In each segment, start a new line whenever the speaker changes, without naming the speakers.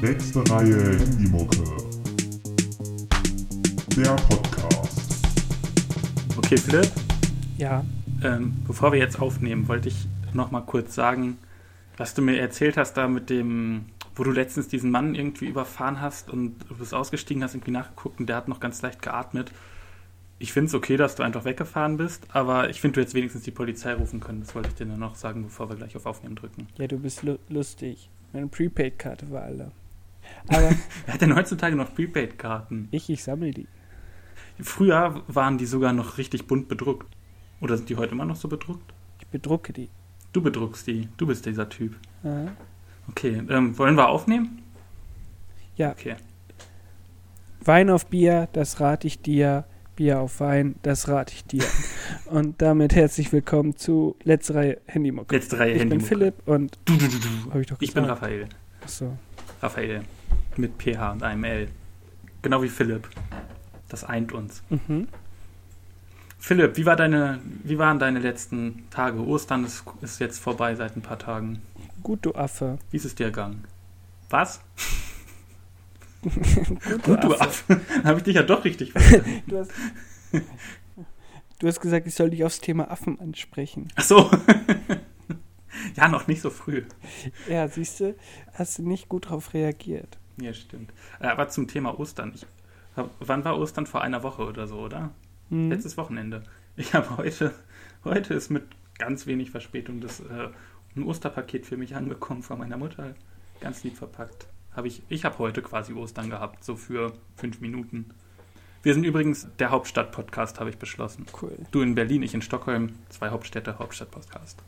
Sechste Reihe Handymucke. Der Podcast.
Okay, Philipp,
Ja,
ähm, bevor wir jetzt aufnehmen, wollte ich noch mal kurz sagen, was du mir erzählt hast da mit dem, wo du letztens diesen Mann irgendwie überfahren hast und du bist ausgestiegen, hast irgendwie nachgeguckt und der hat noch ganz leicht geatmet. Ich finde es okay, dass du einfach weggefahren bist, aber ich finde, du jetzt wenigstens die Polizei rufen können. Das wollte ich dir nur noch sagen, bevor wir gleich auf Aufnehmen drücken.
ja, du bist lu lustig. Meine Prepaid-Karte war alle. Aber
Wer hat denn heutzutage noch Prepaid-Karten?
ich, ich sammle die.
Früher waren die sogar noch richtig bunt bedruckt. Oder sind die heute immer noch so bedruckt?
Ich bedrucke die.
Du bedruckst die. Du bist dieser Typ.
Aha.
Okay, ähm, wollen wir aufnehmen?
Ja.
Okay.
Wein auf Bier, das rate ich dir. Bier auf Wein, das rate ich dir. und damit herzlich willkommen zu Letzte Reihe Handymucke.
Letzte Reihe
ich bin
Handymucke.
Philipp und
Du, du, du, du.
habe ich doch gesagt.
Ich bin Raphael.
Achso.
Raphael. Mit PH und einem L. Genau wie Philipp. Das eint uns.
Mhm.
Philipp, wie, war deine, wie waren deine letzten Tage? Ostern ist, ist jetzt vorbei seit ein paar Tagen.
Gut, du Affe.
Wie ist es dir ergangen? Was?
Gut,
Gut, du Affe. Habe ich dich ja doch richtig verstanden.
Du hast, du hast gesagt, ich soll dich aufs Thema Affen ansprechen.
Ach so. ja, noch nicht so früh.
Ja, siehst du, hast du nicht gut drauf reagiert.
Ja, stimmt. Äh, Aber zum Thema Ostern. Ich, hab- wann war Ostern? Vor einer Woche oder so, oder?
Mhm.
Letztes Wochenende. Ich habe heute, heute ist mit ganz wenig Verspätung das äh, ein Osterpaket für mich angekommen von meiner Mutter. Ganz lieb verpackt. Hab ich ich habe heute quasi Ostern gehabt, so für fünf Minuten. Wir sind übrigens der Hauptstadt-Podcast, habe ich beschlossen.
Cool.
Du in Berlin, ich in Stockholm. Zwei Hauptstädte, Hauptstadt-Podcast.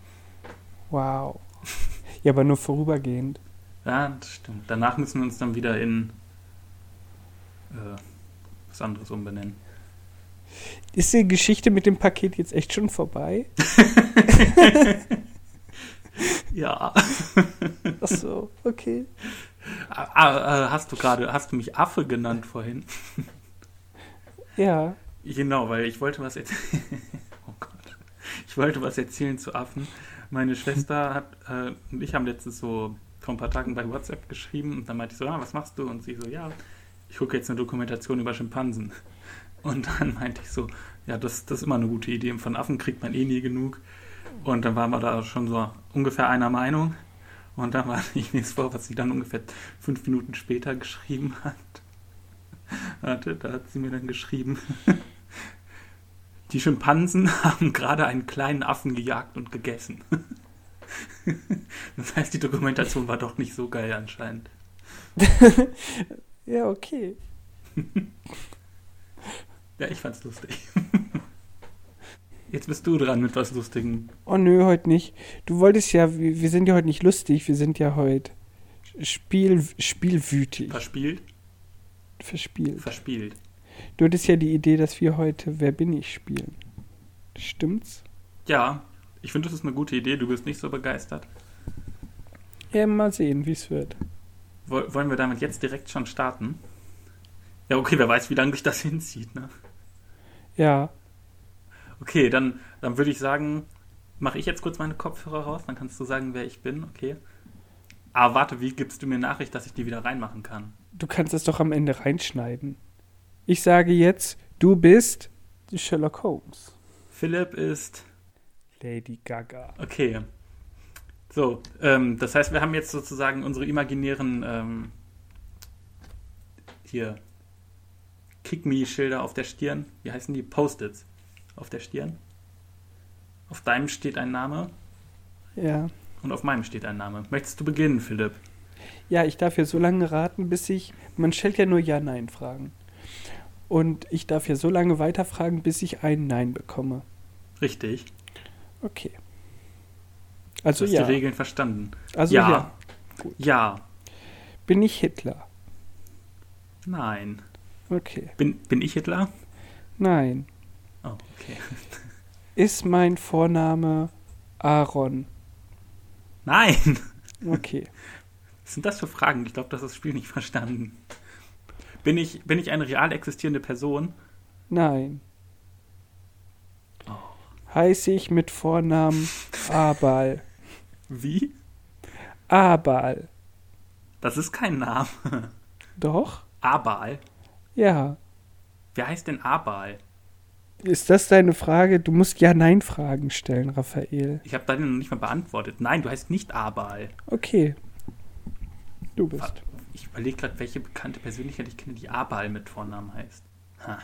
Wow. Ja, aber nur vorübergehend.
Ja, das stimmt. Danach müssen wir uns dann wieder in äh, was anderes umbenennen.
Ist die Geschichte mit dem Paket jetzt echt schon vorbei?
Ja.
Ach so, okay.
Ah, ah, ah, Hast du gerade, hast du mich Affe genannt vorhin?
Ja.
Genau, weil ich wollte was erzählen. oh Gott. Ich wollte was erzählen zu Affen. Meine Schwester hat, äh, und ich haben letztens so vor ein paar Tagen bei WhatsApp geschrieben und dann meinte ich so, ah, was machst du? Und sie so, ja, ich gucke jetzt eine Dokumentation über Schimpansen. Und dann meinte ich so, ja, das, das ist immer eine gute Idee. Von Affen kriegt man eh nie genug. Und dann waren wir da schon so ungefähr einer Meinung. Und dann war ich nichts vor, was sie dann ungefähr fünf Minuten später geschrieben hat. Warte, da hat sie mir dann geschrieben. Die Schimpansen haben gerade einen kleinen Affen gejagt und gegessen. Das heißt, die Dokumentation war doch nicht so geil anscheinend.
Ja, okay.
Ja, ich fand's lustig. Jetzt bist du dran mit was Lustigem.
Oh nö, heute nicht. Du wolltest ja, wir wir sind ja heute nicht lustig, wir sind ja heute Spiel, spielwütig,
Verspielt?
verspielt.
Verspielt.
Du hattest ja die Idee, dass wir heute Wer bin ich spielen. Stimmt's?
Ja, ich finde, das ist eine gute Idee. Du bist nicht so begeistert.
Ja, mal sehen, wie es wird.
Woll- Wollen wir damit jetzt direkt schon starten? Ja, okay, wer weiß, wie lange sich das hinzieht, ne?
Ja,
Okay, dann, dann würde ich sagen, mache ich jetzt kurz meine Kopfhörer raus, dann kannst du sagen, wer ich bin, okay. Ah, warte, wie gibst du mir Nachricht, dass ich die wieder reinmachen kann?
du kannst das doch am Ende reinschneiden. Ich sage jetzt, du bist Sherlock Holmes.
Philipp ist.
Lady Gaga.
Okay. So, ähm, das heißt, wir haben jetzt sozusagen unsere imaginären ähm, hier Kick Me-Schilder auf der Stirn. Wie heißen die? Post-its auf der Stirn. Auf deinem steht ein Name
Ja.
und auf meinem steht ein Name. Möchtest du beginnen, Philipp?
Ja, ich darf ja so lange raten, bis ich. Man stellt ja nur Ja-Nein-Fragen. Und ich darf ja so lange weiterfragen, bis ich ein Nein bekomme.
Richtig.
Okay.
Du
Also
hast
ja.
die Regeln verstanden.
Also
ja.
ja.
Ja,
Bin ich Hitler?
nein.
Okay.
Bin, bin ich Hitler?
Nein.
Oh, okay.
Ist mein Vorname Aaron?
Nein!
Okay.
Was sind das für Fragen? Ich glaube, das ist das Spiel nicht verstanden. Bin ich, bin ich eine real existierende Person?
Nein.
Oh.
Heiße ich mit Vornamen Abal?
Wie?
Abal.
Das ist kein Name.
Doch?
Abal.
Ja.
Wer heißt denn Abal?
Ist das deine Frage? Du musst Ja-Nein-Fragen stellen, Raphael.
Ich habe deine noch nicht mal beantwortet. Nein, du heißt nicht Abal.
Okay. Du bist.
Ich überlege gerade, welche bekannte Persönlichkeit ich kenne, die Abal mit Vornamen heißt. Ha.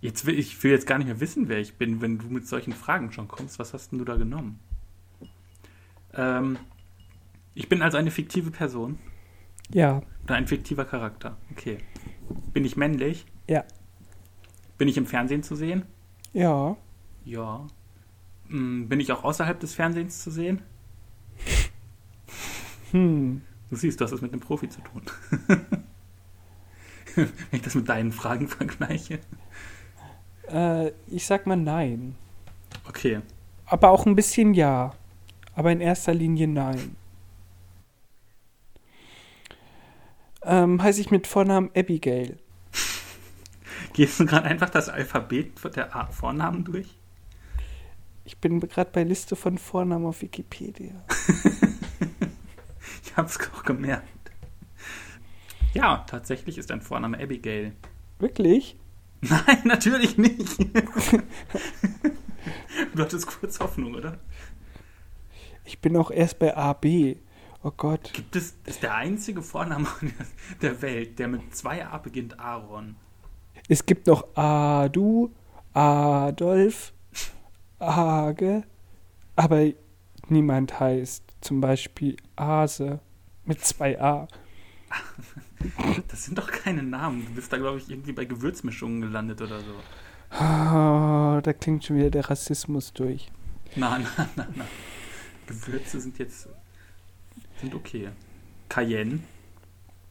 Jetzt will, ich will jetzt gar nicht mehr wissen, wer ich bin, wenn du mit solchen Fragen schon kommst. Was hast denn du da genommen? Ähm, ich bin also eine fiktive Person
Ja.
oder ein fiktiver Charakter. Okay. Bin ich männlich?
Ja.
Bin ich im Fernsehen zu sehen?
Ja.
Ja. Hm, bin ich auch außerhalb des Fernsehens zu sehen?
Hm.
Du siehst, du hast es mit einem Profi zu tun. Wenn ich das mit deinen Fragen vergleiche.
Äh, ich sag mal nein.
Okay.
Aber auch ein bisschen ja. Aber in erster Linie nein. Ähm, heiße ich mit Vornamen Abigail.
Gehst du gerade einfach das Alphabet der A- Vornamen durch?
Ich bin gerade bei Liste von Vornamen auf Wikipedia.
Ich hab's auch gemerkt. Ja, tatsächlich ist ein Vorname Abigail.
Wirklich?
Nein, natürlich nicht. du hattest kurz Hoffnung, oder?
Ich bin auch erst bei AB. Oh Gott.
Gibt es, ist der einzige Vorname der Welt, der mit 2a beginnt, Aaron.
Es gibt noch Adu, Adolf, Hage. Aber niemand heißt zum Beispiel Ase mit zwei A.
Das sind doch keine Namen. Du bist da, glaube ich, irgendwie bei Gewürzmischungen gelandet oder so.
Ah, da klingt schon wieder der Rassismus durch.
Na, na, na, na. Gewürze sind jetzt. sind okay. Cayenne,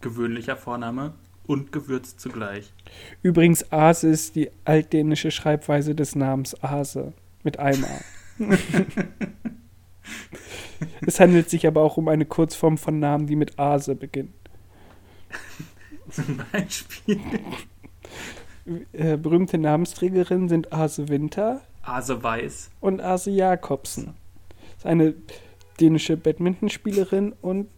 gewöhnlicher Vorname und Gewürz zugleich.
Übrigens, Ase ist die altdänische Schreibweise des Namens Ase mit einem A. es handelt sich aber auch um eine Kurzform von Namen, die mit Ase beginnen.
Zum Beispiel
Äh, berühmte Namensträgerinnen sind Ase Winter
Ase Weiß.
und Ase Jakobsen. Das ist eine dänische Badmintonspielerin und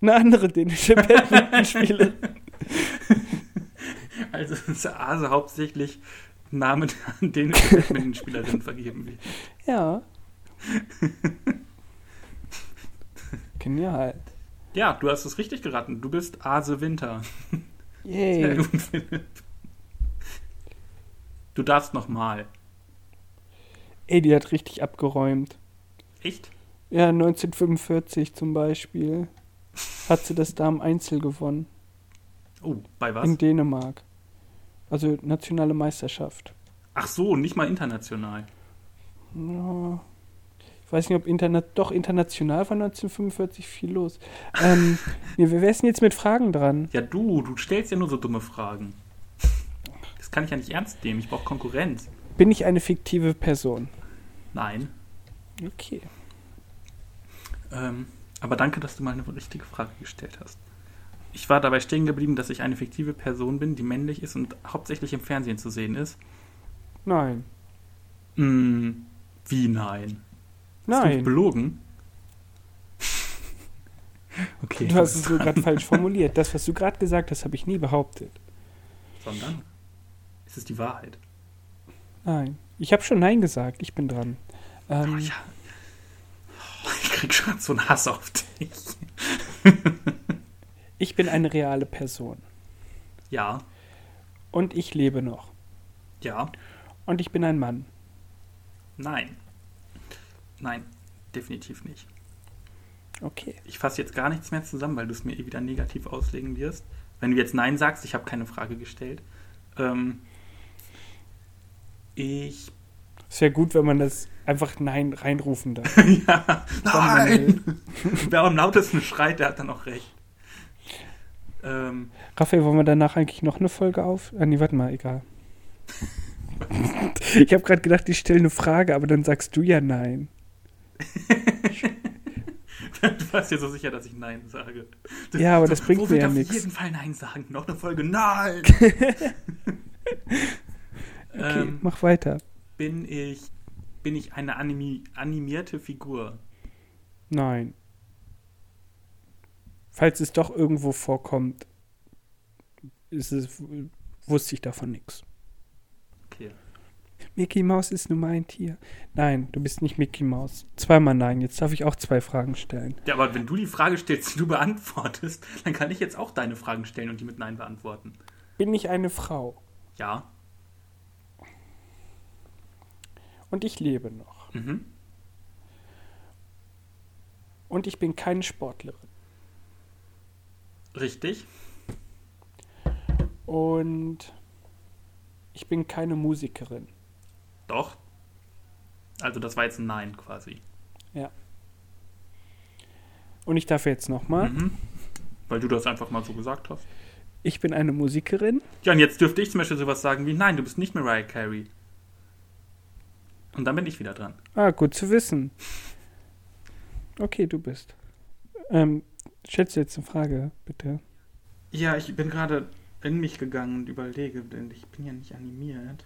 eine andere dänische Badmintonspielerin.
Also ist Ase hauptsächlich Namen, an denen Badmintonspielerinnen vergeben wird.
Ja. Genial.
Ja, du hast es richtig geraten. Du bist Ase Winter. Sehr
Yay.
gut, Philipp. Du darfst nochmal.
Ey, die hat richtig abgeräumt.
Echt?
Ja, 1945 zum Beispiel hat sie das Damen-Einzel gewonnen.
Oh, bei
In
was?
Dänemark. Also nationale Meisterschaft.
Ach so, nicht mal international.
Ja. Ich weiß nicht, ob interna doch international war 1945 viel los. Ähm, nee, wir wären jetzt mit Fragen dran.
Ja, du, du stellst ja nur so dumme Fragen. Das kann ich ja nicht ernst nehmen. Ich brauche Konkurrenz.
Bin ich eine fiktive Person?
Nein.
Okay.
Ähm, aber danke, dass du mal eine richtige Frage gestellt hast. Ich war dabei stehen geblieben, dass ich eine fiktive Person bin, die männlich ist und hauptsächlich im Fernsehen zu sehen ist.
Nein.
Hm, wie nein? Hast du mich
Nein.
belogen? Okay.
Du hast es so gerade falsch formuliert. Das, was du gerade gesagt hast, habe ich nie behauptet.
Sondern? Es ist die Wahrheit.
Nein. Ich habe schon Nein gesagt. Ich bin dran.
Oh,
Ähm,
ja. Ich krieg schon so einen Hass auf dich.
Ich bin eine reale Person.
Ja,
Und ich lebe noch.
ja,
Und ich bin ein Mann.
nein. Nein, definitiv nicht.
Okay.
Ich fasse jetzt gar nichts mehr zusammen, weil du es mir eh wieder negativ auslegen wirst. Wenn du jetzt Nein sagst, ich habe keine Frage gestellt. Ähm, ich.
Es wäre gut, wenn man das einfach Nein reinrufen darf.
ja,
Nein!
nein! Wer am lautesten schreit, der hat dann auch recht. Ähm,
Raphael, wollen wir danach eigentlich noch eine Folge auf? Ah, nee, warte mal, egal. Ich habe gerade gedacht, ich stelle eine Frage, aber dann sagst du ja Nein.
du warst ja so sicher, dass ich Nein sage.
Ja, aber das bringt
Wo
mir
wird
ja
auf
nichts.
jeden Fall Nein sagen. Noch eine Folge Nein!
Okay,
ähm,
mach weiter.
bin ich, bin ich eine animi animierte Figur?
Nein. falls es doch irgendwo vorkommt, ist es, wusste ich davon nichts.
Okay.
Mickey Mouse ist nur mein Tier. Nein, du bist nicht Mickey Mouse. Zweimal nein. Jetzt darf ich auch zwei Fragen stellen.
Ja, aber wenn du die Frage stellst, die du beantwortest, dann kann ich jetzt auch deine Fragen stellen und die mit Nein beantworten.
Bin ich eine Frau
Ja.
und ich lebe noch
Mhm.
und ich bin keine Sportlerin
Richtig.
und ich bin keine Musikerin.
Doch. Also das war jetzt ein Nein quasi.
Und ich darf jetzt nochmal.
Mhm. Weil du das einfach mal so gesagt hast.
Ich bin eine Musikerin.
Ja, und jetzt dürfte ich zum Beispiel sowas sagen wie, nein, du bist nicht Mariah Carey. Und dann bin ich wieder dran.
Ah, gut zu wissen. Okay, du bist. Ähm, schätze jetzt eine Frage, bitte.
Ja, ich bin gerade in mich gegangen und überlege, denn ich bin ja nicht animiert.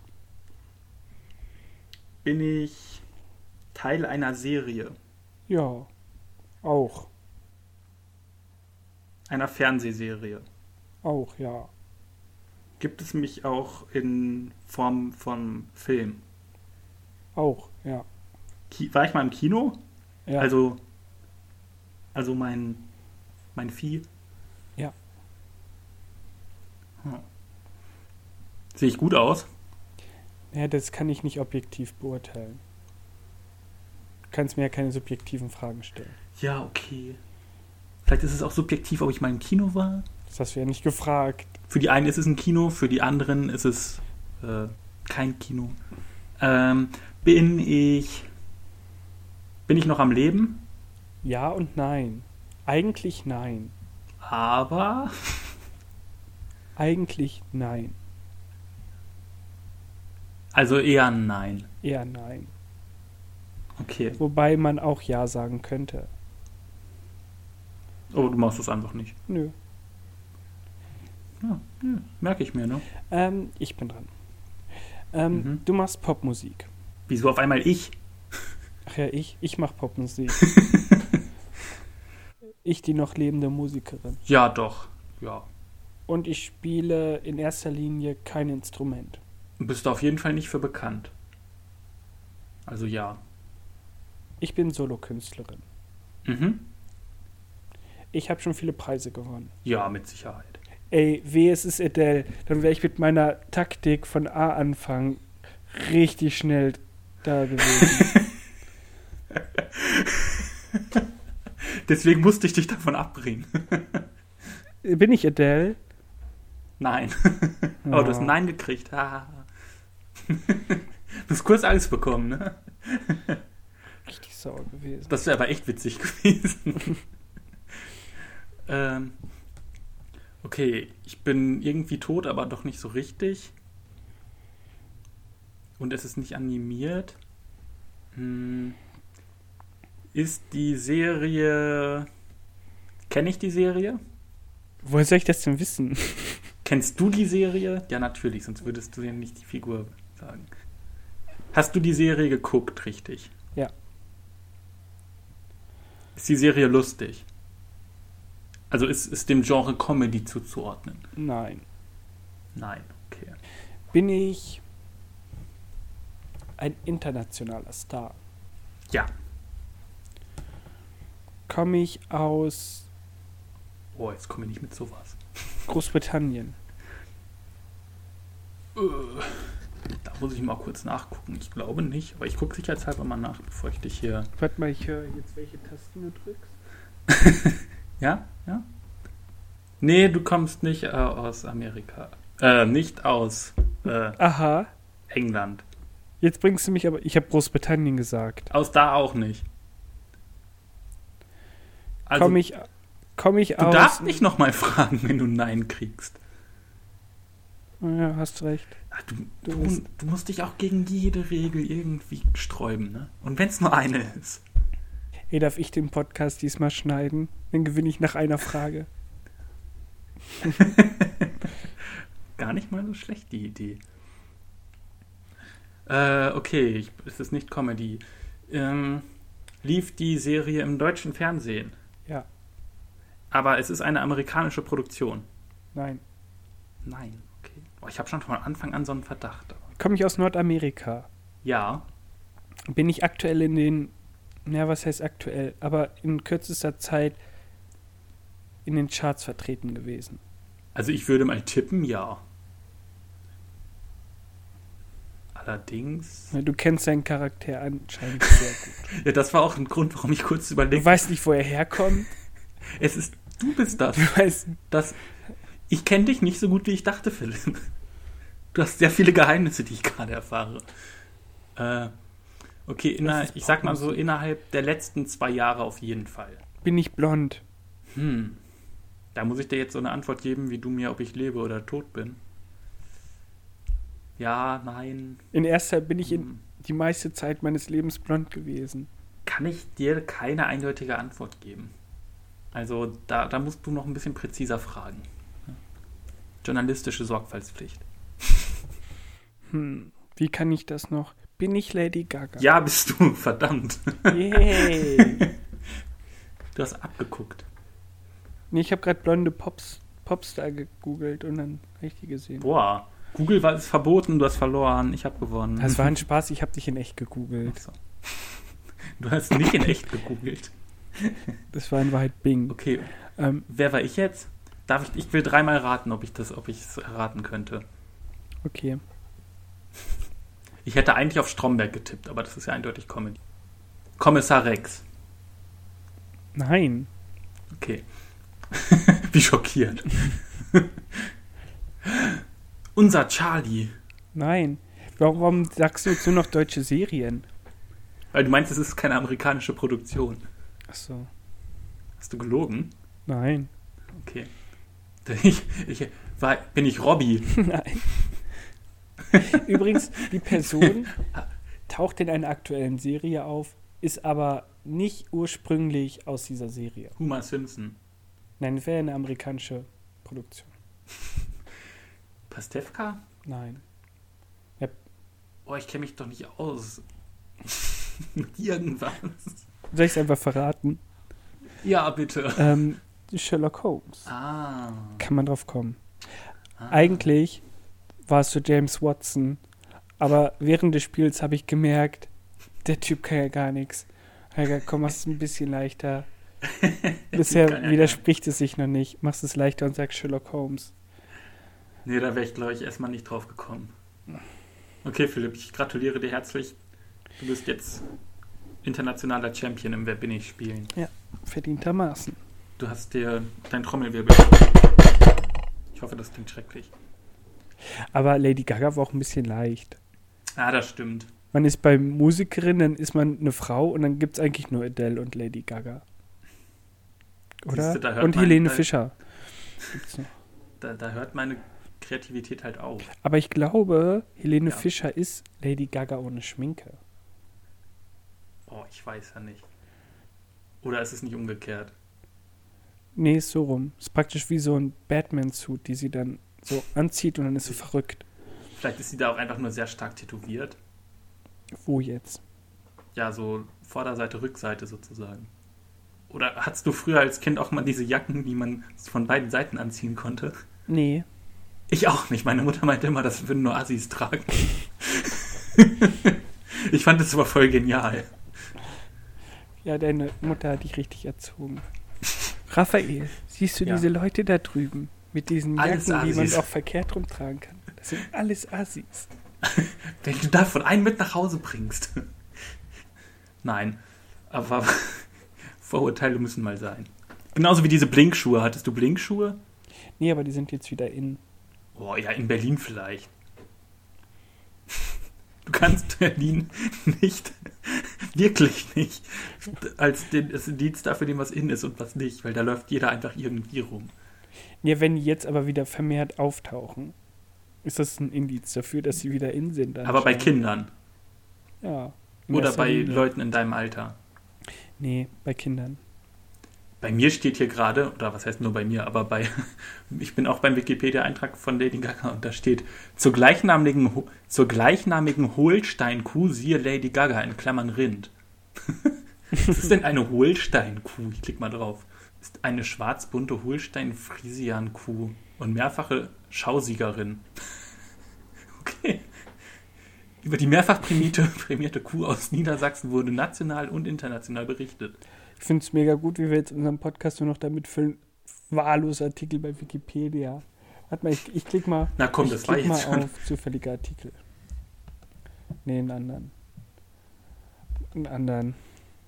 Bin ich Teil einer Serie,
Ja, auch,
einer Fernsehserie?
auch, ja.
Gibt es mich auch in Form von Film?
Auch, ja.
Ki War ich mal im Kino?
ja.
Also, also mein, mein Vieh?
Ja.
Hm. Sehe ich gut aus?
ja, das kann ich nicht objektiv beurteilen. Du kannst mir ja keine subjektiven Fragen stellen.
Ja, okay. Vielleicht ist es auch subjektiv, ob ich mal im Kino war.
Das hast du ja nicht gefragt.
Für die einen ist es ein Kino, für die anderen ist es äh, kein Kino. Ähm, bin ich. Bin ich noch am Leben?
Ja und nein. Eigentlich nein.
Aber.
Eigentlich nein.
Also eher nein.
Eher nein.
Okay.
Wobei man auch ja sagen könnte.
Oh, du machst es einfach nicht.
Nö.
Ja, ja, merke ich mir, ne?
Ähm, ich bin dran. Ähm,
Mhm.
Du machst Popmusik.
Wieso auf einmal ich?
Ach ja, ich, ich mache Popmusik. ich, die noch lebende Musikerin.
Ja, doch. Ja.
Und ich spiele in erster Linie kein Instrument.
Du Bist auf jeden Fall nicht für bekannt. Also ja.
Ich bin Solokünstlerin.
Mhm.
Ich habe schon viele Preise gewonnen.
Ja, mit Sicherheit.
Ey, weh, es ist Adele. Dann wäre ich mit meiner Taktik von A anfangen richtig schnell da gewesen.
Deswegen musste ich dich davon abbringen.
bin ich Adele?
Nein. Oh, du hast ein Nein gekriegt. Haha. du hast kurz Angst bekommen, ne?
Richtig sauer gewesen.
Das wäre aber echt witzig gewesen. ähm, okay, ich bin irgendwie tot, aber doch nicht so richtig. Und es ist nicht animiert. Hm. Ist die Serie. Kenne ich die Serie?
Woher soll ich das denn wissen?
Kennst du die Serie? Ja, natürlich, sonst würdest du ja nicht die Figur sagen. Hast du die Serie geguckt, richtig?
Ja.
Ist die Serie lustig? Also ist, ist dem Genre Comedy zuzuordnen?
Nein.
Nein, okay.
Bin ich ein internationaler Star?
Ja.
Komme ich aus
Oh, jetzt komme ich nicht mit sowas.
Großbritannien?
Äh, Da muss ich mal kurz nachgucken. Ich glaube nicht, aber ich gucke sicherheitshalber mal nach, bevor ich dich hier.
Warte mal, ich höre jetzt, welche Tasten du drückst.
Ja? Ja? Nee, du kommst nicht äh, aus Amerika. Äh, nicht aus äh,
Aha,
England.
jetzt bringst du mich aber. Ich habe Großbritannien gesagt.
Aus da auch nicht. Also,
Komme ich, komm ich
du
aus.
darfst nicht nochmal fragen, wenn du Nein kriegst.
Ja, hast recht.
Ah, Du,
Du
du,
bist-
du musst dich auch gegen jede Regel irgendwie sträuben, ne? Und wenn es nur eine ist.
Ey, darf ich den Podcast diesmal schneiden? Dann gewinne ich nach einer Frage.
Gar nicht mal so schlecht, die Idee. Äh, okay, ich, es ist nicht Comedy. Ähm, lief die Serie im deutschen Fernsehen?
Ja.
Aber es ist eine amerikanische Produktion.
Nein.
Nein, okay. Oh, ich habe schon von Anfang an so einen Verdacht. aber-
Komme ich aus Nordamerika?
Ja,
Bin ich aktuell in den, na was heißt aktuell, aber in kürzester Zeit in den Charts vertreten gewesen.
also ich würde mal tippen, ja. Allerdings.
Na, Ne, Du kennst seinen Charakter anscheinend sehr gut.
Ja, das war auch ein Grund, warum ich kurz
Du
überlegt
weißt nicht, wo er herkommt.
Es ist. Du bist das.
Du weißt,
das ich kenne dich nicht so gut, wie ich dachte, Philipp. Du hast sehr viele Geheimnisse, die ich gerade erfahre. Äh, okay, inner,
ist
ich sag mal so, innerhalb der letzten zwei Jahre auf jeden Fall.
bin ich blond?
Hm. Da muss ich dir jetzt so eine Antwort geben, wie du mir, ob ich lebe oder tot bin. Ja, nein.
In erster bin ich in
Hm.
die meiste Zeit meines Lebens blond gewesen.
Kann ich dir keine eindeutige Antwort geben. Also da, da musst du noch ein bisschen präziser fragen. Journalistische Sorgfaltspflicht.
Hm, wie kann ich das noch? Bin ich Lady Gaga?
Ja, bist du, verdammt.
Yay.
Du hast abgeguckt.
Nee, ich habe gerade blonde Pops, Popstar gegoogelt und dann hab ich die gesehen.
Boah, Google war es verboten, du hast verloren, ich habe gewonnen.
Das war ein Spaß, ich habe dich in echt gegoogelt.
Achso. Du hast nicht in echt gegoogelt.
Das war in Wahrheit Bing.
Okay,
Ähm,
wer war ich jetzt? Darf ich, ich will dreimal raten, ob ich das, ob ich es erraten könnte.
okay.
Ich hätte eigentlich auf Stromberg getippt, aber das ist ja eindeutig Comedy. Kommissar Rex.
Nein.
Okay. Wie schockiert. Unser Charlie.
Nein. Warum, warum sagst du jetzt nur noch deutsche Serien?
Weil du meinst, es ist keine amerikanische Produktion.
Ach so.
Hast du gelogen?
Nein.
Okay. Ich, ich, war, bin ich Robby?
Nein. Übrigens, die Person taucht in einer aktuellen Serie auf, ist aber nicht ursprünglich aus dieser Serie.
Homer Simpson.
Nein, das wäre eine amerikanische Produktion.
Pastewka?
Nein.
Oh, ich kenne mich doch nicht aus. Mit Irgendwas.
Soll ich es einfach verraten?
Ja, bitte.
Ähm, Sherlock Holmes.
Ah.
Kann man drauf kommen.
ah.
Eigentlich war es so James Watson, aber während des Spiels habe ich gemerkt, der Typ kann ja gar nichts. Helga, komm, mach es ein bisschen leichter.
Kann
Bisher
ja
widerspricht es sich noch nicht. Machst es leichter und sag Sherlock Holmes.
Nee, da wäre ich, glaube ich, erstmal nicht drauf gekommen. Okay, Philipp, ich gratuliere dir herzlich. Du bist jetzt internationaler Champion im Wer bin ich spielen.
Verdientermaßen.
Du hast dir dein Trommelwirbel. Ich hoffe, das klingt schrecklich.
Aber Lady Gaga war auch ein bisschen leicht.
Ah, das stimmt.
Man ist bei Musikerin, dann ist man eine Frau und dann gibt es eigentlich nur Adele und Lady Gaga. Oder?
Siehste, da hört
und
man- halt
Helene
da-
Fischer. Gibt's noch.
Da, da hört meine Kreativität halt auf.
Aber ich glaube, Helene
Ja.
Fischer ist Lady Gaga ohne Schminke.
Oh, ich weiß ja nicht. Oder ist es nicht umgekehrt?
Nee, ist so rum. Ist praktisch wie so ein Batman-Suit, die sie dann so anzieht und dann ist sie verrückt.
Vielleicht ist sie da auch einfach nur sehr stark tätowiert.
Wo jetzt?
Ja, so Vorderseite, Rückseite sozusagen. Oder hattest du früher als Kind auch mal diese Jacken, die man von beiden Seiten anziehen konnte?
Nee.
Ich auch nicht. Meine Mutter meinte immer, das würden nur Assis tragen. ich fand das aber voll genial.
Ja, deine Mutter hat dich richtig erzogen. Raphael, siehst du
Ja.
diese Leute da drüben? Mit diesen
Alles
Jacken, die man
Assis.
auch verkehrt rumtragen kann. Das sind alles Assis.
Wenn du davon einen mit nach Hause bringst. Nein, aber Vorurteile müssen mal sein. Genauso wie diese Blinkschuhe. Hattest du Blinkschuhe?
Nee, aber die sind jetzt wieder in.
Oh ja, in Berlin vielleicht. Du kannst Berlin nicht, wirklich nicht, als den, als Indiz dafür nehmen, was in ist und was nicht, weil da läuft jeder einfach irgendwie rum.
Ja, wenn die jetzt aber wieder vermehrt auftauchen, ist das ein Indiz dafür, dass sie wieder in sind.
Aber bei
anscheinend.
Kindern
Ja. ne? in
oder
erster
bei
Linie.
Leuten in deinem Alter.
Nee, bei Kindern.
Bei mir steht hier gerade, oder was heißt nur bei mir, aber bei, ich bin auch beim Wikipedia-Eintrag von Lady Gaga und da steht, zur gleichnamigen, Ho- zur gleiichnamigen Holstein-Kuh siehe Lady Gaga in Klammern Rind. was ist denn eine Holstein-Kuh? Ich klick mal drauf. ist eine schwarzbunte Holstein-Friesian-Kuh und mehrfache Schausiegerin. okay. Über die mehrfach prämierte, prämierte Kuh aus Niedersachsen wurde national und international berichtet.
Ich finde es mega gut, wie wir jetzt unseren Podcast nur noch damit füllen. Wahllos Artikel bei Wikipedia. Warte mal, ich, ich klick mal.
Na komm,
ich
das war
klick
jetzt
mal
schon.
auf zufällige Artikel. Nee, einen anderen. Einen anderen.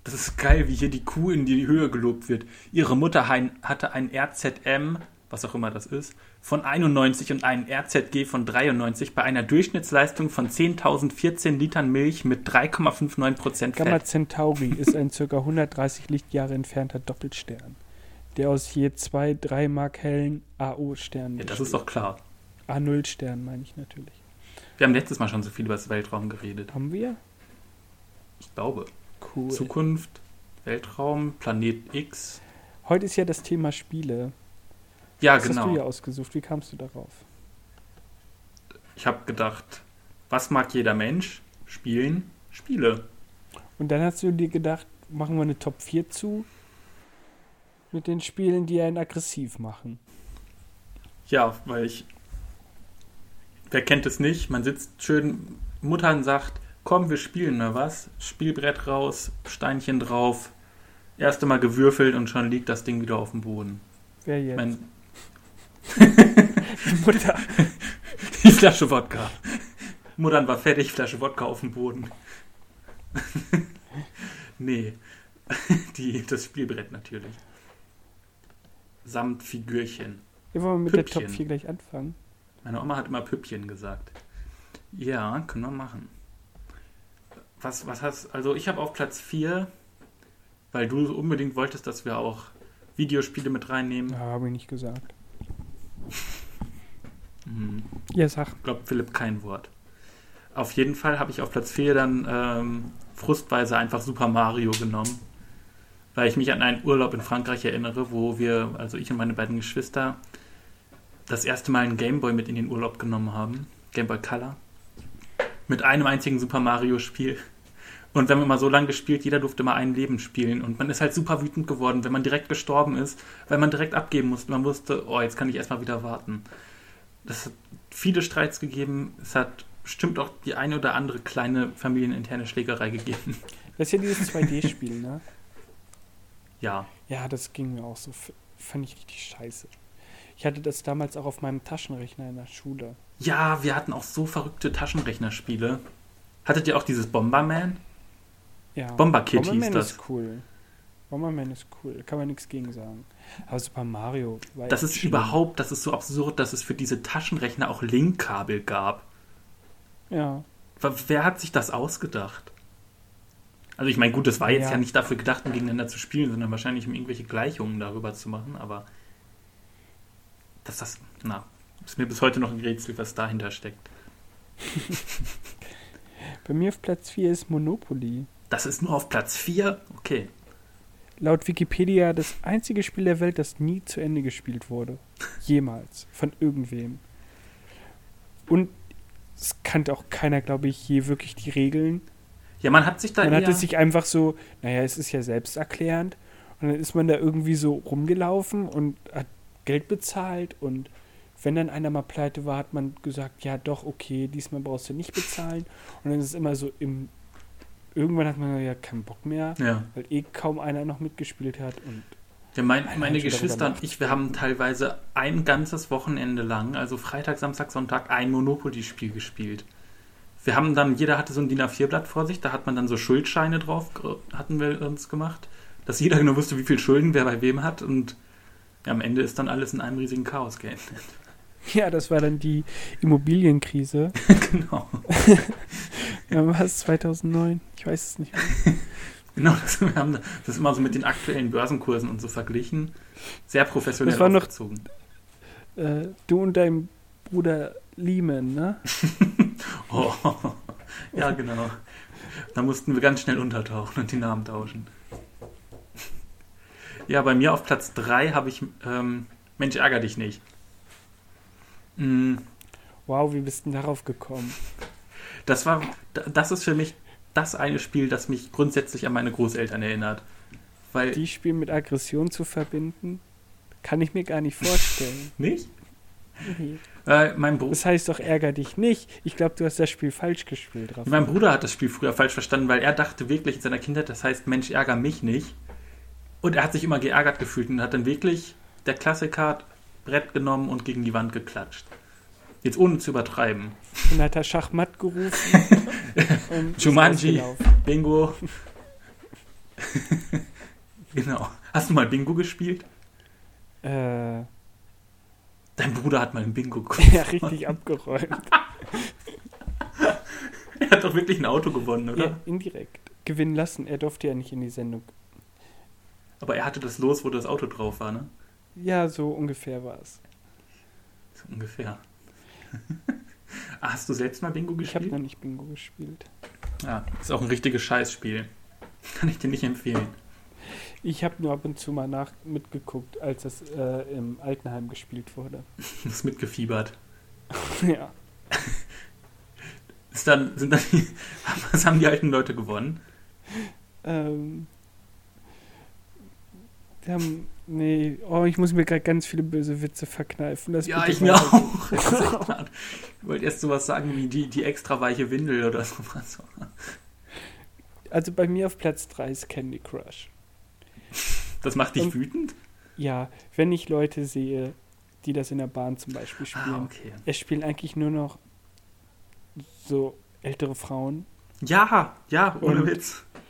Das ist geil, wie hier die Kuh in die Höhe gelobt wird. Ihre Mutter hein- hatte ein RZM, was auch immer das ist, von 91 und einen RZG von 93 bei einer Durchschnittsleistung von 10.014 Litern Milch mit 3,59 Prozent
Gamma
Fett.
Centauri ist ein ca. 130 Lichtjahre entfernter Doppelstern, der aus je zwei, drei Mark hellen AO-Sternen
Ja, das ist doch klar.
A0-Sternen meine ich natürlich.
Wir haben letztes Mal schon so viel über das Weltraum geredet.
Haben wir?
Ich glaube.
Cool.
Zukunft, Weltraum, Planet X.
Heute ist ja das Thema Spiele.
Ja,
das hast du ja
genau.
ausgesucht. Wie kamst du darauf?
Ich habe gedacht, was mag jeder Mensch? Spielen? Spiele.
Und dann hast du dir gedacht, machen wir eine Top 4 zu mit den Spielen, die einen aggressiv machen.
Ja, weil ich. Wer kennt es nicht? Man sitzt schön, Muttern sagt, komm, wir spielen mal was. Spielbrett raus, Steinchen drauf. Erst einmal gewürfelt und schon liegt das Ding wieder auf dem Boden.
Wer jetzt?
Mein
Die Mutter.
die Flasche Wodka. Muttern war fertig, Flasche Wodka auf dem Boden. nee, die, das Spielbrett natürlich. Samt Figürchen.
Wir wollen mit der
Püppchen.
Top 4 gleich anfangen.
Meine Oma hat immer Püppchen gesagt. Ja, können wir machen. Was, was hast also ich habe auf Platz 4, weil du so unbedingt wolltest, dass wir auch Videospiele mit reinnehmen.
Ja, habe ich nicht gesagt.
Hm,
Ja, sag.
glaubt Philipp kein Wort. Auf jeden Fall habe ich auf Platz 4 dann ähm, frustweise einfach Super Mario genommen, weil ich mich an einen Urlaub in Frankreich erinnere, wo wir, also ich und meine beiden Geschwister, das erste Mal einen Gameboy mit in den Urlaub genommen haben. Gameboy Color. Mit einem einzigen Super Mario-Spiel. Und wir haben immer so lange gespielt, jeder durfte mal ein Leben spielen. Und man ist halt super wütend geworden, wenn man direkt gestorben ist, weil man direkt abgeben musste. Man wusste, oh, jetzt kann ich erstmal wieder warten. Das hat viele Streits gegeben. Es hat bestimmt auch die eine oder andere kleine familieninterne Schlägerei gegeben.
Das ist ja dieses 2D-Spiel, ne?
Ja,
Ja, das ging mir auch so. F- Fand ich richtig scheiße. Ich hatte das damals auch auf meinem Taschenrechner in der Schule.
Ja, wir hatten auch so verrückte Taschenrechnerspiele. Hattet ihr auch dieses Bomberman?
Ja.
Bomber Kid hieß
Bomberman
das.
ist cool. Bomberman ist cool. Kann man nichts gegen sagen. Aber Super Mario war
Das
echt
ist
schlimm.
überhaupt, das ist so absurd, dass es für diese Taschenrechner auch Linkkabel gab.
Ja.
W- Wer hat sich das ausgedacht? Also ich meine, gut, das war jetzt ja.
Ja.
nicht dafür gedacht, um gegeneinander zu spielen, sondern wahrscheinlich um irgendwelche Gleichungen darüber zu machen, aber dass das, na, ist mir bis heute noch ein Rätsel, was dahinter steckt.
Bei mir auf Platz 4 ist Monopoly.
Das ist nur auf Platz 4? Okay.
Laut Wikipedia das einzige Spiel der Welt, das nie zu Ende gespielt wurde. Jemals. Von irgendwem. Und es kannte auch keiner, glaube ich, je wirklich die Regeln.
Ja, man hat sich da
Man
eher...
hat es sich einfach so, naja, es ist ja selbsterklärend. Und dann ist man da irgendwie so rumgelaufen und hat Geld bezahlt. Und wenn dann einer mal pleite war, hat man gesagt, ja doch, okay, diesmal brauchst du nicht bezahlen. Und dann ist es immer so im... Irgendwann hat man ja keinen Bock mehr,
ja.
weil eh kaum einer noch mitgespielt hat. Und
Ja, mein,
Allein
meine
schon darüber
Geschwister und ich, wir haben teilweise ein ganzes Wochenende lang, also Freitag, Samstag, Sonntag, ein Monopoly-Spiel gespielt. Wir haben dann, jeder hatte so ein DIN A4-Blatt vor sich, da hat man dann so Schuldscheine drauf, gr- hatten wir uns gemacht, dass jeder genau wusste, wie viel Schulden wer bei wem hat und am Ende ist dann alles in einem riesigen Chaos geendet.
ja, das war dann die Immobilienkrise.
genau.
Wann war es 2009? Ich weiß es nicht. mehr.
Genau, das, wir haben das immer so mit den aktuellen Börsenkursen und so verglichen. Sehr professionell
Das war noch-
aufgezogen.
Äh, du und dein Bruder Lehman, ne?
Oh, ja, genau. Da mussten wir ganz schnell untertauchen und die Namen tauschen. Ja, bei mir auf Platz 3 habe ich ähm, Mensch, ärger dich nicht. Mm,
Wow, wie bist du denn darauf gekommen?
Das war, das ist für mich das eine Spiel, das mich grundsätzlich an meine Großeltern erinnert. Weil,
die Spiel mit Aggression zu verbinden, kann ich mir gar nicht vorstellen.
nicht?
Nee.
Äh, mein, Bro
Das heißt doch, ärger dich nicht. Ich glaube, du hast das Spiel falsch gespielt. Rafa.
mein Bruder hat das Spiel früher falsch verstanden, weil er dachte wirklich in seiner Kindheit, das heißt, Mensch, ärger mich nicht. Und er hat sich immer geärgert gefühlt und hat dann wirklich der Klassiker Brett genommen und gegen die Wand geklatscht. Jetzt ohne zu übertreiben.
Und hat er Schachmatt gerufen. und ist
Jumanji.
ausgelaufen.
Bingo. genau. Hast du mal Bingo gespielt?
Äh,
Dein Bruder hat mal ein Bingo
ja,
gespielt.
richtig abgeräumt.
Er hat doch wirklich ein Auto gewonnen, oder?
Ja, indirekt. Gewinnen lassen. Er durfte ja nicht in die Sendung.
Aber er hatte das Los, wo das Auto drauf war, ne?
Ja, so ungefähr war es.
So ungefähr. Ah, Hast du selbst mal Bingo
Ich habe
gespielt?
noch nicht Bingo gespielt.
Ja, ist auch ein richtiges Scheißspiel. Kann ich dir nicht empfehlen.
Ich habe nur ab und zu mal nach mitgeguckt, als das äh, im Altenheim gespielt wurde.
Ist mitgefiebert.
ja.
Ist dann, sind dann die, was haben die alten Leute gewonnen?
Ähm, die haben, nee, oh, ich muss mir gerade ganz viele böse Witze verkneifen. Das
ja,
bitte
ich mir
weiter-
auch. Das ist echt hart. Ich wollte erst sowas sagen wie die, die extra weiche Windel oder sowas.
Also bei mir auf Platz 3 ist Candy Crush.
Das macht dich
Und-
wütend?
Ja, wenn ich Leute sehe, die das in der Bahn zum Beispiel spielen.
Ah, okay.
Es spielen eigentlich nur noch so ältere Frauen.
Ja, ja, ohne
Und-
Witz.
Äh,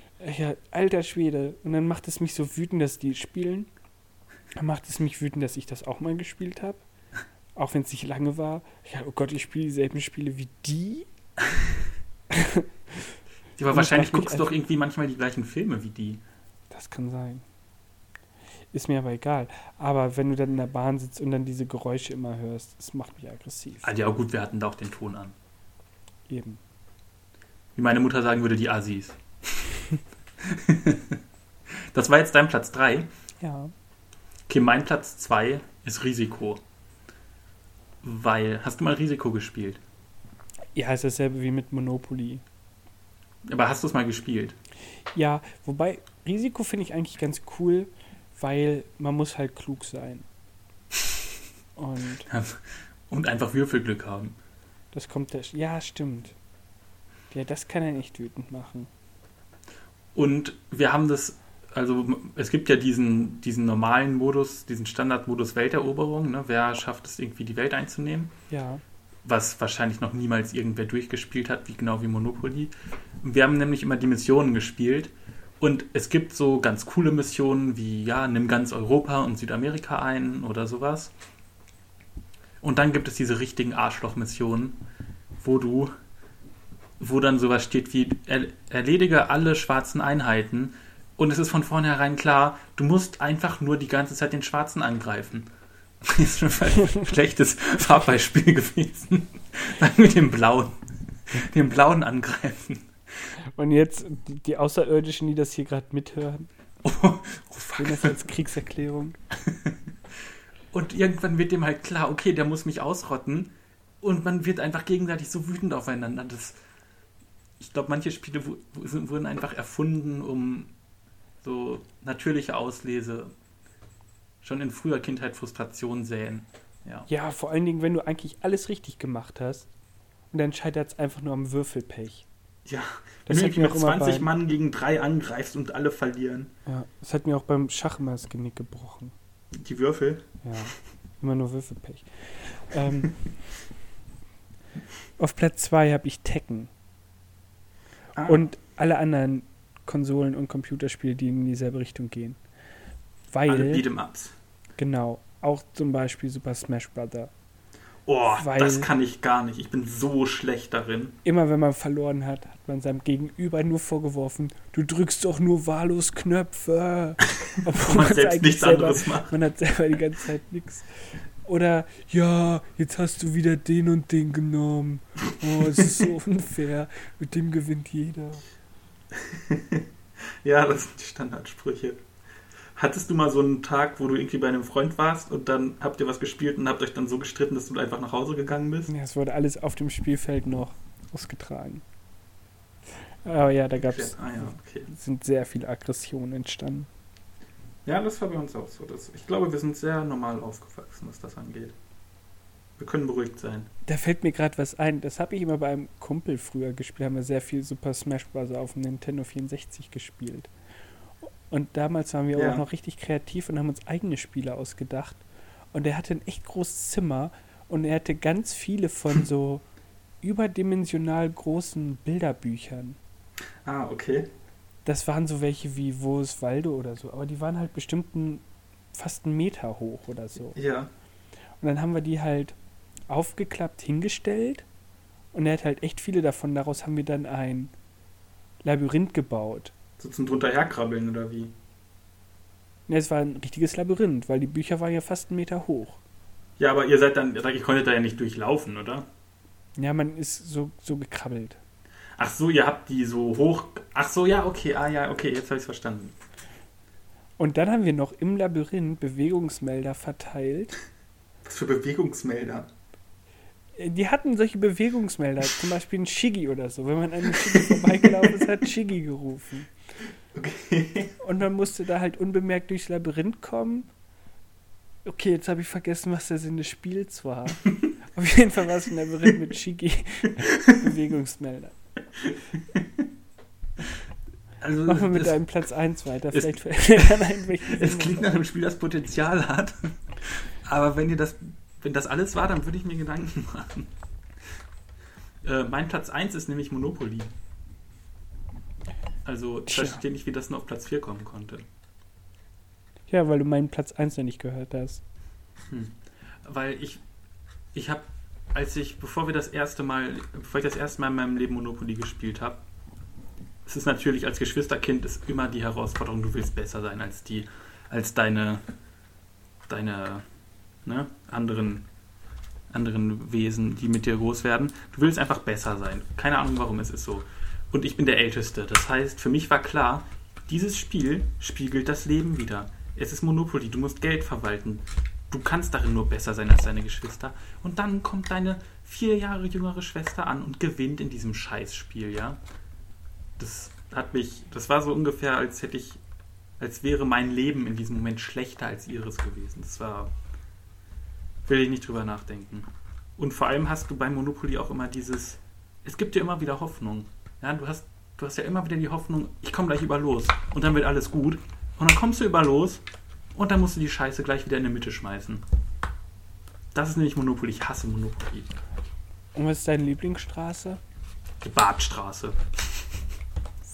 Ja, alter Schwede. Und dann macht es mich so wütend, dass die spielen. Dann macht es mich wütend, dass ich das auch mal gespielt habe. Auch wenn es nicht lange war. Ja, oh Gott, ich spiele dieselben Spiele wie die.
Ja, Aber
Und
wahrscheinlich
macht mich
guckst du doch irgendwie manchmal die gleichen Filme wie die.
Das kann sein. Ist mir aber egal. Aber wenn du dann in der Bahn sitzt und dann diese Geräusche immer hörst, es macht mich aggressiv.
Ah, ja, gut, wir hatten da auch den Ton an.
Eben.
Wie meine Mutter sagen würde, die Assis. das war jetzt dein Platz 3.
Ja.
Okay, mein Platz 2 ist Risiko. Weil, hast du mal Risiko gespielt?
Ja, ist dasselbe wie mit Monopoly.
Aber hast du es mal gespielt?
Ja, wobei Risiko finde ich eigentlich ganz cool, weil man muss halt klug sein. Und
Und einfach Würfelglück haben.
das kommt der. Ja, stimmt. Ja, das kann er nicht wütend machen.
Und wir haben das, also es gibt ja diesen, diesen normalen Modus, diesen Standardmodus Welteroberung, ne? wer schafft es irgendwie die Welt einzunehmen,
Ja.
was wahrscheinlich noch niemals irgendwer durchgespielt hat, wie genau wie Monopoly. Und wir haben nämlich immer die Missionen gespielt und es gibt so ganz coole Missionen wie, ja, nimm ganz Europa und Südamerika ein oder sowas. Und dann gibt es diese richtigen Arschloch-Missionen, wo du, wo dann sowas steht wie, er, erledige alle schwarzen Einheiten. Und es ist von vornherein klar, du musst einfach nur die ganze Zeit den Schwarzen angreifen. Das ist schon ein schlechtes Farbbeispiel gewesen. Sagen wir den Blauen. Den Blauen angreifen.
Und jetzt die, die Außerirdischen, die das hier gerade mithören,
Oh, oh
sehen das
fuck.
als Kriegserklärung.
Und irgendwann wird dem halt klar, okay, der muss mich ausrotten. Und man wird einfach gegenseitig so wütend aufeinander. Das, ich glaube, manche Spiele wu- wu- sind- wurden einfach erfunden, um so natürliche Auslese schon in früher Kindheit Frustration säen. Ja.
Ja, vor allen Dingen, wenn du eigentlich alles richtig gemacht hast und dann scheitert es einfach nur am Würfelpech.
Ja,
Das hat mir auch immer bei,
Mann gegen drei angreifst und alle verlieren.
ja, das hat mir auch beim Schach immer das Genick gebrochen.
Die Würfel.
Ja, immer nur Würfelpech. Ähm, auf Platz 2 habe ich Tekken
Und
und alle anderen Konsolen und Computerspiele, die in dieselbe Richtung gehen.
alle
Weil,
Beat'em-Ups.
genau, auch zum Beispiel Super Smash Brother.
Oh,
Weil-
das kann ich gar nicht. Ich bin so schlecht darin.
Immer wenn man verloren hat, hat man seinem Gegenüber nur vorgeworfen, du drückst doch nur wahllos Knöpfe. Obwohl
Man
man's
selbst
eigentlich
nichts
selber-
anderes macht.
Man hat selber die ganze Zeit nichts. Oder, ja, jetzt hast du wieder den und den genommen. Oh, es ist so unfair. Mit dem gewinnt jeder.
Ja, das sind die Standardsprüche. Hattest du mal so einen Tag, wo du irgendwie bei einem Freund warst und dann habt ihr was gespielt und habt euch dann so gestritten, dass du einfach nach Hause gegangen bist?
Ja, es wurde alles auf dem Spielfeld noch ausgetragen. Aber ja, da gab's,
Ah ja, okay.
sind sehr viele Aggressionen entstanden.
Ja, das war bei uns auch so. Das, ich glaube, wir sind sehr normal aufgewachsen, was das angeht. Wir können beruhigt sein.
Da fällt mir gerade was ein. Das habe ich immer bei einem Kumpel früher gespielt. Haben wir sehr viel Super Smash Bros. auf dem Nintendo 64 gespielt. Und damals waren wir
Ja.
auch noch richtig kreativ und haben uns eigene Spiele ausgedacht. Und er hatte ein echt großes Zimmer und er hatte ganz viele von so überdimensional großen Bilderbüchern.
Ah, okay.
Das waren so welche wie Wo ist Waldo oder so. Aber die waren halt bestimmt ein, fast einen Meter hoch oder so.
Ja.
Und dann haben wir die halt aufgeklappt hingestellt. Und er hat halt echt viele davon. Daraus haben wir dann ein Labyrinth gebaut.
So zum drunter herkrabbeln oder wie?
Ne, es war ein richtiges Labyrinth, weil die Bücher waren ja fast einen Meter hoch.
Ja, aber ihr seid dann, ihr konntet da ja nicht durchlaufen, oder?
Ja, man ist so, so gekrabbelt.
Ach so, ihr habt die so hoch. Ach so, ja, okay, ah ja, okay, jetzt habe ich es verstanden.
Und dann haben wir noch im Labyrinth Bewegungsmelder verteilt.
Was für Bewegungsmelder.
Äh, Die hatten solche Bewegungsmelder, zum Beispiel ein Shiggy oder so. Wenn man an einem Shiggy vorbeigelaufen ist, hat Shiggy gerufen.
Okay.
Und man musste da halt unbemerkt durchs Labyrinth kommen. Okay, jetzt habe ich vergessen, was der Sinn des Spiels war. Auf jeden Fall war es ein Labyrinth mit Shiki Bewegungsmelder.
Also,
Machen wir mit
das,
deinem Platz 1 weiter.
es-
Vielleicht fällt mir dann ein, welchen
es
Sinn
klingt
das
nach einem Spiel, das Potenzial hat. Aber wenn ihr das, wenn das alles war, dann würde ich mir Gedanken machen. Äh, mein Platz 1 ist nämlich Monopoly. Also, ich
Tja.
verstehe nicht, wie das nur auf Platz 4 kommen konnte.
war. Ja, weil du meinen Platz 1 noch nicht gehört hast.
weil ich, ich habe, als ich, bevor wir das erste Mal, bevor ich das erste Mal in meinem Leben Monopoly gespielt habe, es ist natürlich als Geschwisterkind ist immer die Herausforderung, du willst besser sein als die, als deine, deine, ne, anderen, anderen Wesen, die mit dir groß werden. Du willst einfach besser sein. Keine Ahnung, warum es ist so. Und ich bin der Älteste. Das heißt, für mich war klar, dieses Spiel spiegelt das Leben wieder. Es ist Monopoly. Du musst Geld verwalten. Du kannst darin nur besser sein als deine Geschwister. Und dann kommt deine vier Jahre jüngere Schwester an und gewinnt in diesem Scheißspiel, ja? Das hat mich, das war so ungefähr, als hätte ich, als wäre mein Leben in diesem Moment schlechter als ihres gewesen. Das war, will ich nicht drüber nachdenken. Und vor allem hast du bei Monopoly auch immer dieses, es gibt dir immer wieder Hoffnung. Ja, du hast, du hast ja immer wieder die Hoffnung, ich komme gleich über los und dann wird alles gut. Und dann kommst du über los und dann musst du die Scheiße gleich wieder in die Mitte schmeißen. Das ist nämlich Monopoly. Ich hasse Monopoly.
Und was ist deine Lieblingsstraße?
Die Badstraße.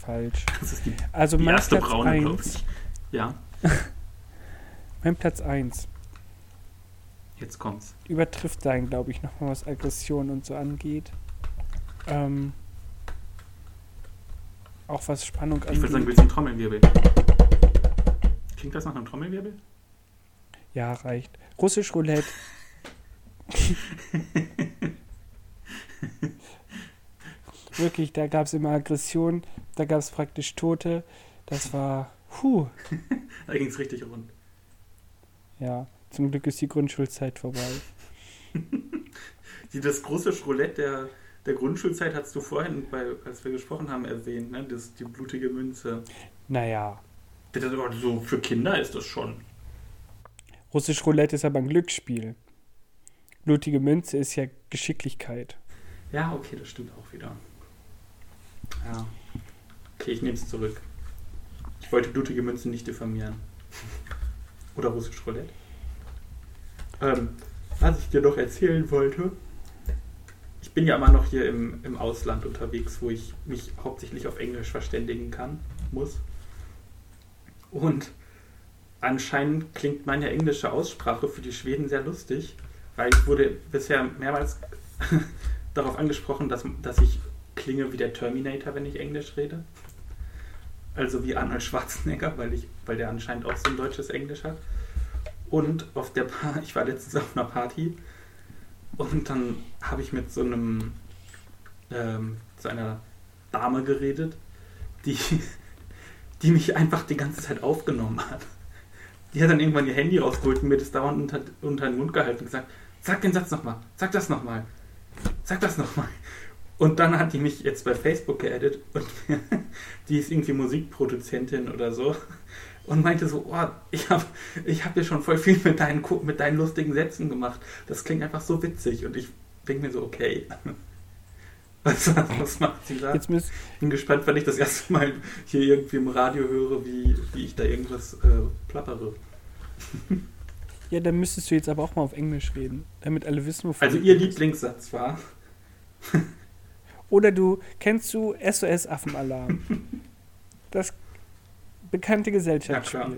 Falsch.
Das ist die,
Also
die
mein
erste
Platz,
braune, glaube
1,
ich. Ja,
mein Platz 1
jetzt kommt's.
übertrifft deinen, glaube ich, nochmal, was Aggression und so angeht. Ähm, auch was Spannung
Ich würde sagen,
angeht.
willst du einen Trommelwirbel? Klingt das nach einem Trommelwirbel?
Ja, reicht. Russisch Roulette. Wirklich, da gab es immer Aggression, da gab es praktisch Tote. Das war, puh,
Da ging's richtig rund.
ja. Zum Glück ist die Grundschulzeit vorbei.
Die, das große Roulette der, der Grundschulzeit hast du vorhin, bei, als wir gesprochen haben, erwähnt, ne? Das, die blutige Münze.
Naja,
Das, ist aber so für Kinder ist das schon.
Russisch Roulette ist aber ein Glücksspiel. Blutige Münze ist ja Geschicklichkeit.
Ja, okay, das stimmt auch wieder. Ja. Okay, ich nehme es zurück. Ich wollte blutige Münzen nicht diffamieren. Oder russisch Roulette. Ähm, was ich dir noch erzählen wollte, ich bin ja immer noch hier im, im Ausland unterwegs, wo ich mich hauptsächlich auf Englisch verständigen kann, muss. Und anscheinend klingt meine englische Aussprache für die Schweden sehr lustig, weil ich wurde bisher mehrmals darauf angesprochen, dass, dass ich klinge wie der Terminator, wenn ich Englisch rede. Also wie Arnold Schwarzenegger, weil, ich, weil der anscheinend auch so ein deutsches Englisch hat. Und auf der Party, ich war letztens auf einer Party und dann habe ich mit so einem, ähm, so einer Dame geredet, die, die mich einfach die ganze Zeit aufgenommen hat. Die hat dann irgendwann ihr Handy rausgeholt und mir das dauernd unter, unter den Mund gehalten und gesagt, sag den Satz nochmal, sag das nochmal, sag das nochmal. Und dann hat die mich jetzt bei Facebook geaddet und die ist irgendwie Musikproduzentin oder so und meinte so, oh, ich habe ich hab ja schon voll viel mit deinen, ko- mit deinen lustigen Sätzen gemacht. Das klingt einfach so witzig und ich denke mir so, okay. Was, was macht sie da?
Jetzt müsst,
bin gespannt, wenn ich das erste Mal hier irgendwie im Radio höre, wie, wie ich da irgendwas äh, plappere.
ja, dann müsstest du jetzt aber auch mal auf Englisch reden, damit alle wissen, wovon
Also
du
ihr
redest.
Lieblingssatz war,
Oder du kennst du SOS Affenalarm? das bekannte
Ja,
Gesellschaftsspiel.
klar.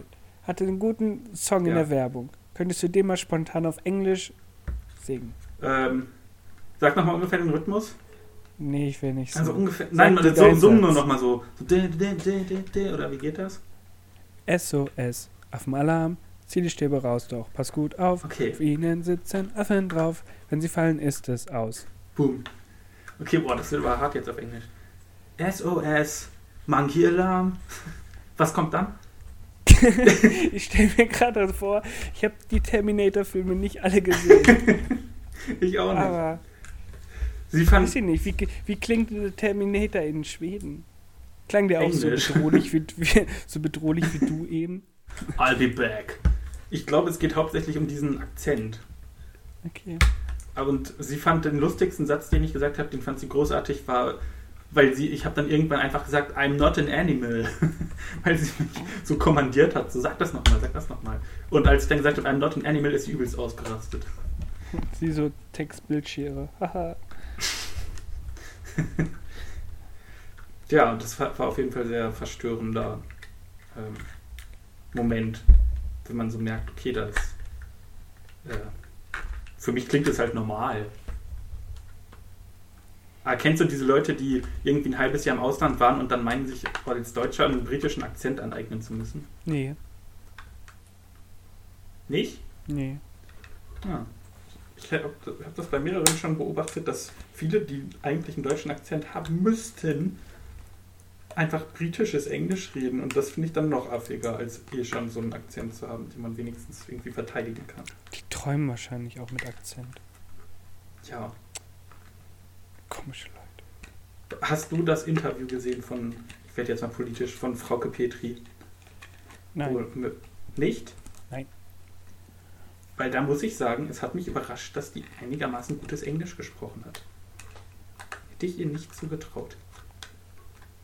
Hatte einen guten Song in
Ja.
der Werbung. Könntest du den mal spontan auf Englisch singen?
ähm, sag nochmal ungefähr den Rhythmus.
Nee, ich will nicht.
Also
singen.
ungefähr, nein,
dir
man so,
deinen
summen nur
Satz.
nochmal so. so de, de, de, de, de, oder wie geht das?
SOS Affenalarm. Zieh die Stäbe raus, doch. Pass gut auf.
Okay,
Auf ihnen sitzen Affen drauf. Wenn sie fallen, ist es aus.
boom. Okay, boah, das wird aber hart jetzt auf Englisch. SOS, Monkey Alarm. Was kommt dann?
ich stelle mir gerade das vor, ich habe die Terminator-Filme nicht alle gesehen.
Ich auch nicht.
aber
Sie fand,
weiß ich nicht, wie, wie klingt der Terminator in Schweden? Klang der auch so
Englisch.
bedrohlich, wie, wie, so bedrohlich wie du eben?
I'll be back. Ich glaube, es geht hauptsächlich um diesen Akzent.
Okay.
Und sie fand den lustigsten Satz, den ich gesagt habe, den fand sie großartig, war, weil sie, ich habe dann irgendwann einfach gesagt, I'm not an animal, weil sie mich so kommandiert hat, so sag das nochmal, sag das nochmal. Und als ich dann gesagt habe, I'm not an animal, ist sie übelst ausgerastet.
Sie so Textbildschere. Haha.
Ja, und das war, war auf jeden Fall sehr verstörender ähm, Moment, wenn man so merkt, okay, das äh, für mich klingt das halt normal. Ah, kennst du diese Leute, die irgendwie ein halbes Jahr im Ausland waren und dann meinen, sich als Deutscher einen britischen Akzent aneignen zu müssen?
nee,
Nicht?
nee.
Ja. Ich habe das bei mehreren schon beobachtet, dass viele, die eigentlich einen deutschen Akzent haben müssten, einfach britisches Englisch reden. Und das finde ich dann noch affiger, als eh schon so einen Akzent zu haben, den man wenigstens irgendwie verteidigen kann.
Die träumen wahrscheinlich auch mit Akzent.
Ja.
Komische Leute.
Hast du das Interview gesehen von, ich werde jetzt mal politisch, von Frauke Petri?
Nein.
Wo- m- Nicht?
Nein.
Weil da muss ich sagen, es hat mich überrascht, dass die einigermaßen gutes Englisch gesprochen hat. Hätte ich ihr nicht zugetraut.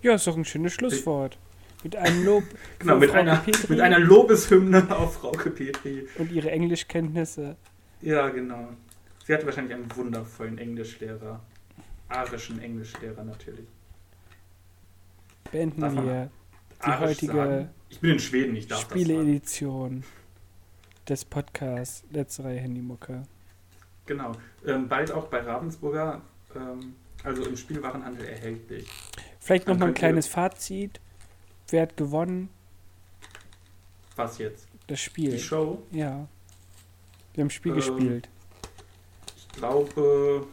Ja, ist doch ein schönes Schlusswort. Mit einem Lob.
Genau,
für
mit
Frau
einer,
Petri
mit einer Lobeshymne auf Frauke Petri.
Und ihre Englischkenntnisse.
Ja, genau. Sie hatte wahrscheinlich einen wundervollen Englischlehrer. Arischen Englischlehrer natürlich.
Beenden
Darf man
wir die
Arisch
heutige
sagen? Ich bin in Schweden, ich darf das sagen.
Spieleedition des Podcasts Letzte Reihe Handymucke.
Genau. Ähm, bald auch bei Ravensburger, ähm, also im Spielwarenhandel erhältlich.
Vielleicht
Dann
nochmal ein
könnt ihr-
kleines Fazit. Wer hat gewonnen?
Was jetzt?
Das
Die
Spiel.
Show?
Ja. Wir haben Spiel
Ähm,
gespielt.
Ich glaube.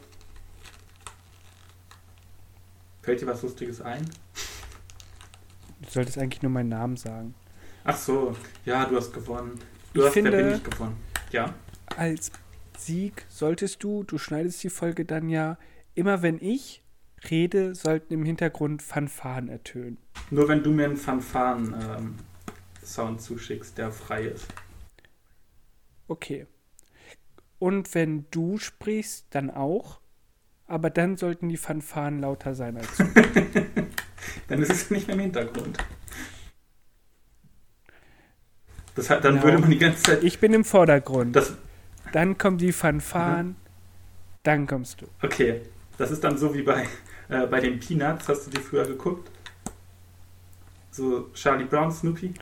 Fällt dir was Lustiges ein?
Du solltest eigentlich nur meinen Namen sagen.
Ach so, ja, du hast gewonnen. Du
Ich
hast, wer bin
finde-
ich gewonnen? Ja.
Als Sieg solltest du, du schneidest die Folge dann ja, immer wenn ich rede, sollten im Hintergrund Fanfaren ertönen.
Nur wenn du mir einen Fanfaren-Sound zuschickst, der frei ist.
Okay. Und wenn du sprichst, dann auch. Aber dann sollten die Fanfaren lauter sein als du.
Dann ist es nicht mehr im Hintergrund. Das hat, dann
Genau.
würde man die ganze Zeit.
Ich bin im Vordergrund.
Das,
Dann kommen die Fanfaren. Dann kommst du.
okay, das ist dann so wie bei, äh, bei den Peanuts. Hast du die früher geguckt? So Charlie Brown, Snoopy?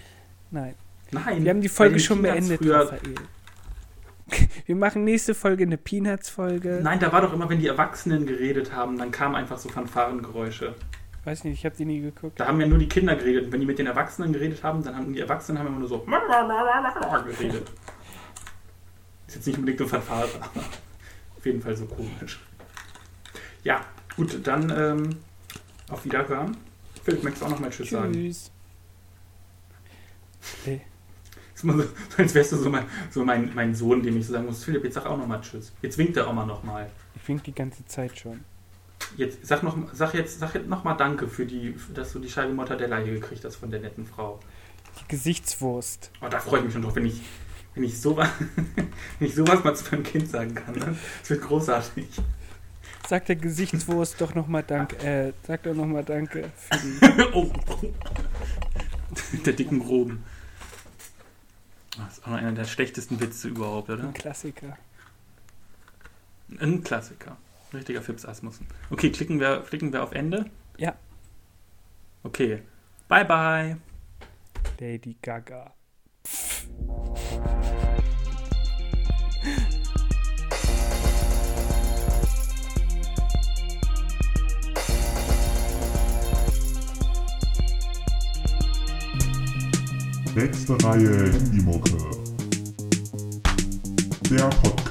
Nein.
Nein.
Wir haben die
bei
Folge
den
schon
Peanuts
beendet,
Früher,
Raphael. Wir machen nächste Folge eine Peanuts-Folge.
nein, da war doch immer, wenn die Erwachsenen geredet haben, dann kamen einfach so Fanfarengeräusche.
Weiß nicht, ich habe die nie geguckt.
Da haben ja nur die Kinder geredet. Und wenn die mit den Erwachsenen geredet haben, dann haben die Erwachsenen haben immer nur so geredet. Ist jetzt nicht unbedingt ein Verfahren, aber auf jeden Fall so komisch. Ja, gut, dann ähm, auf Wiederhören. Philipp, möchtest du auch nochmal Tschüss, sagen?
Tschüss. Nee.
Ist immer so, als wärst du so mein, so mein, mein Sohn, dem ich so sagen muss, Philipp, jetzt sag auch nochmal Tschüss. Jetzt winkt er auch mal nochmal.
Ich wink die ganze Zeit schon.
Jetzt sag noch, sag jetzt, sag jetzt noch mal Danke für die, für- dass du die Scheibe Mortadella hier gekriegt hast von der netten Frau.
Die Gesichtswurst.
Oh, da freue ich mich schon drauf, wenn ich, wenn ich sowas, wenn ich sowas mal zu meinem Kind sagen kann. ne? Das wird großartig.
Sag der Gesichtswurst doch nochmal Danke. Äh, sag doch nochmal Danke für die.
oh. Der dicken Groben. Das ist auch noch einer der schlechtesten Witze überhaupt, oder?
Ein Klassiker.
Ein Klassiker. Richtiger Fips Asmussen. Okay, klicken wir, klicken wir auf Ende?
Ja.
Okay. Bye bye.
Lady Gaga.
Nächste Reihe Handymucke. Der Podcast.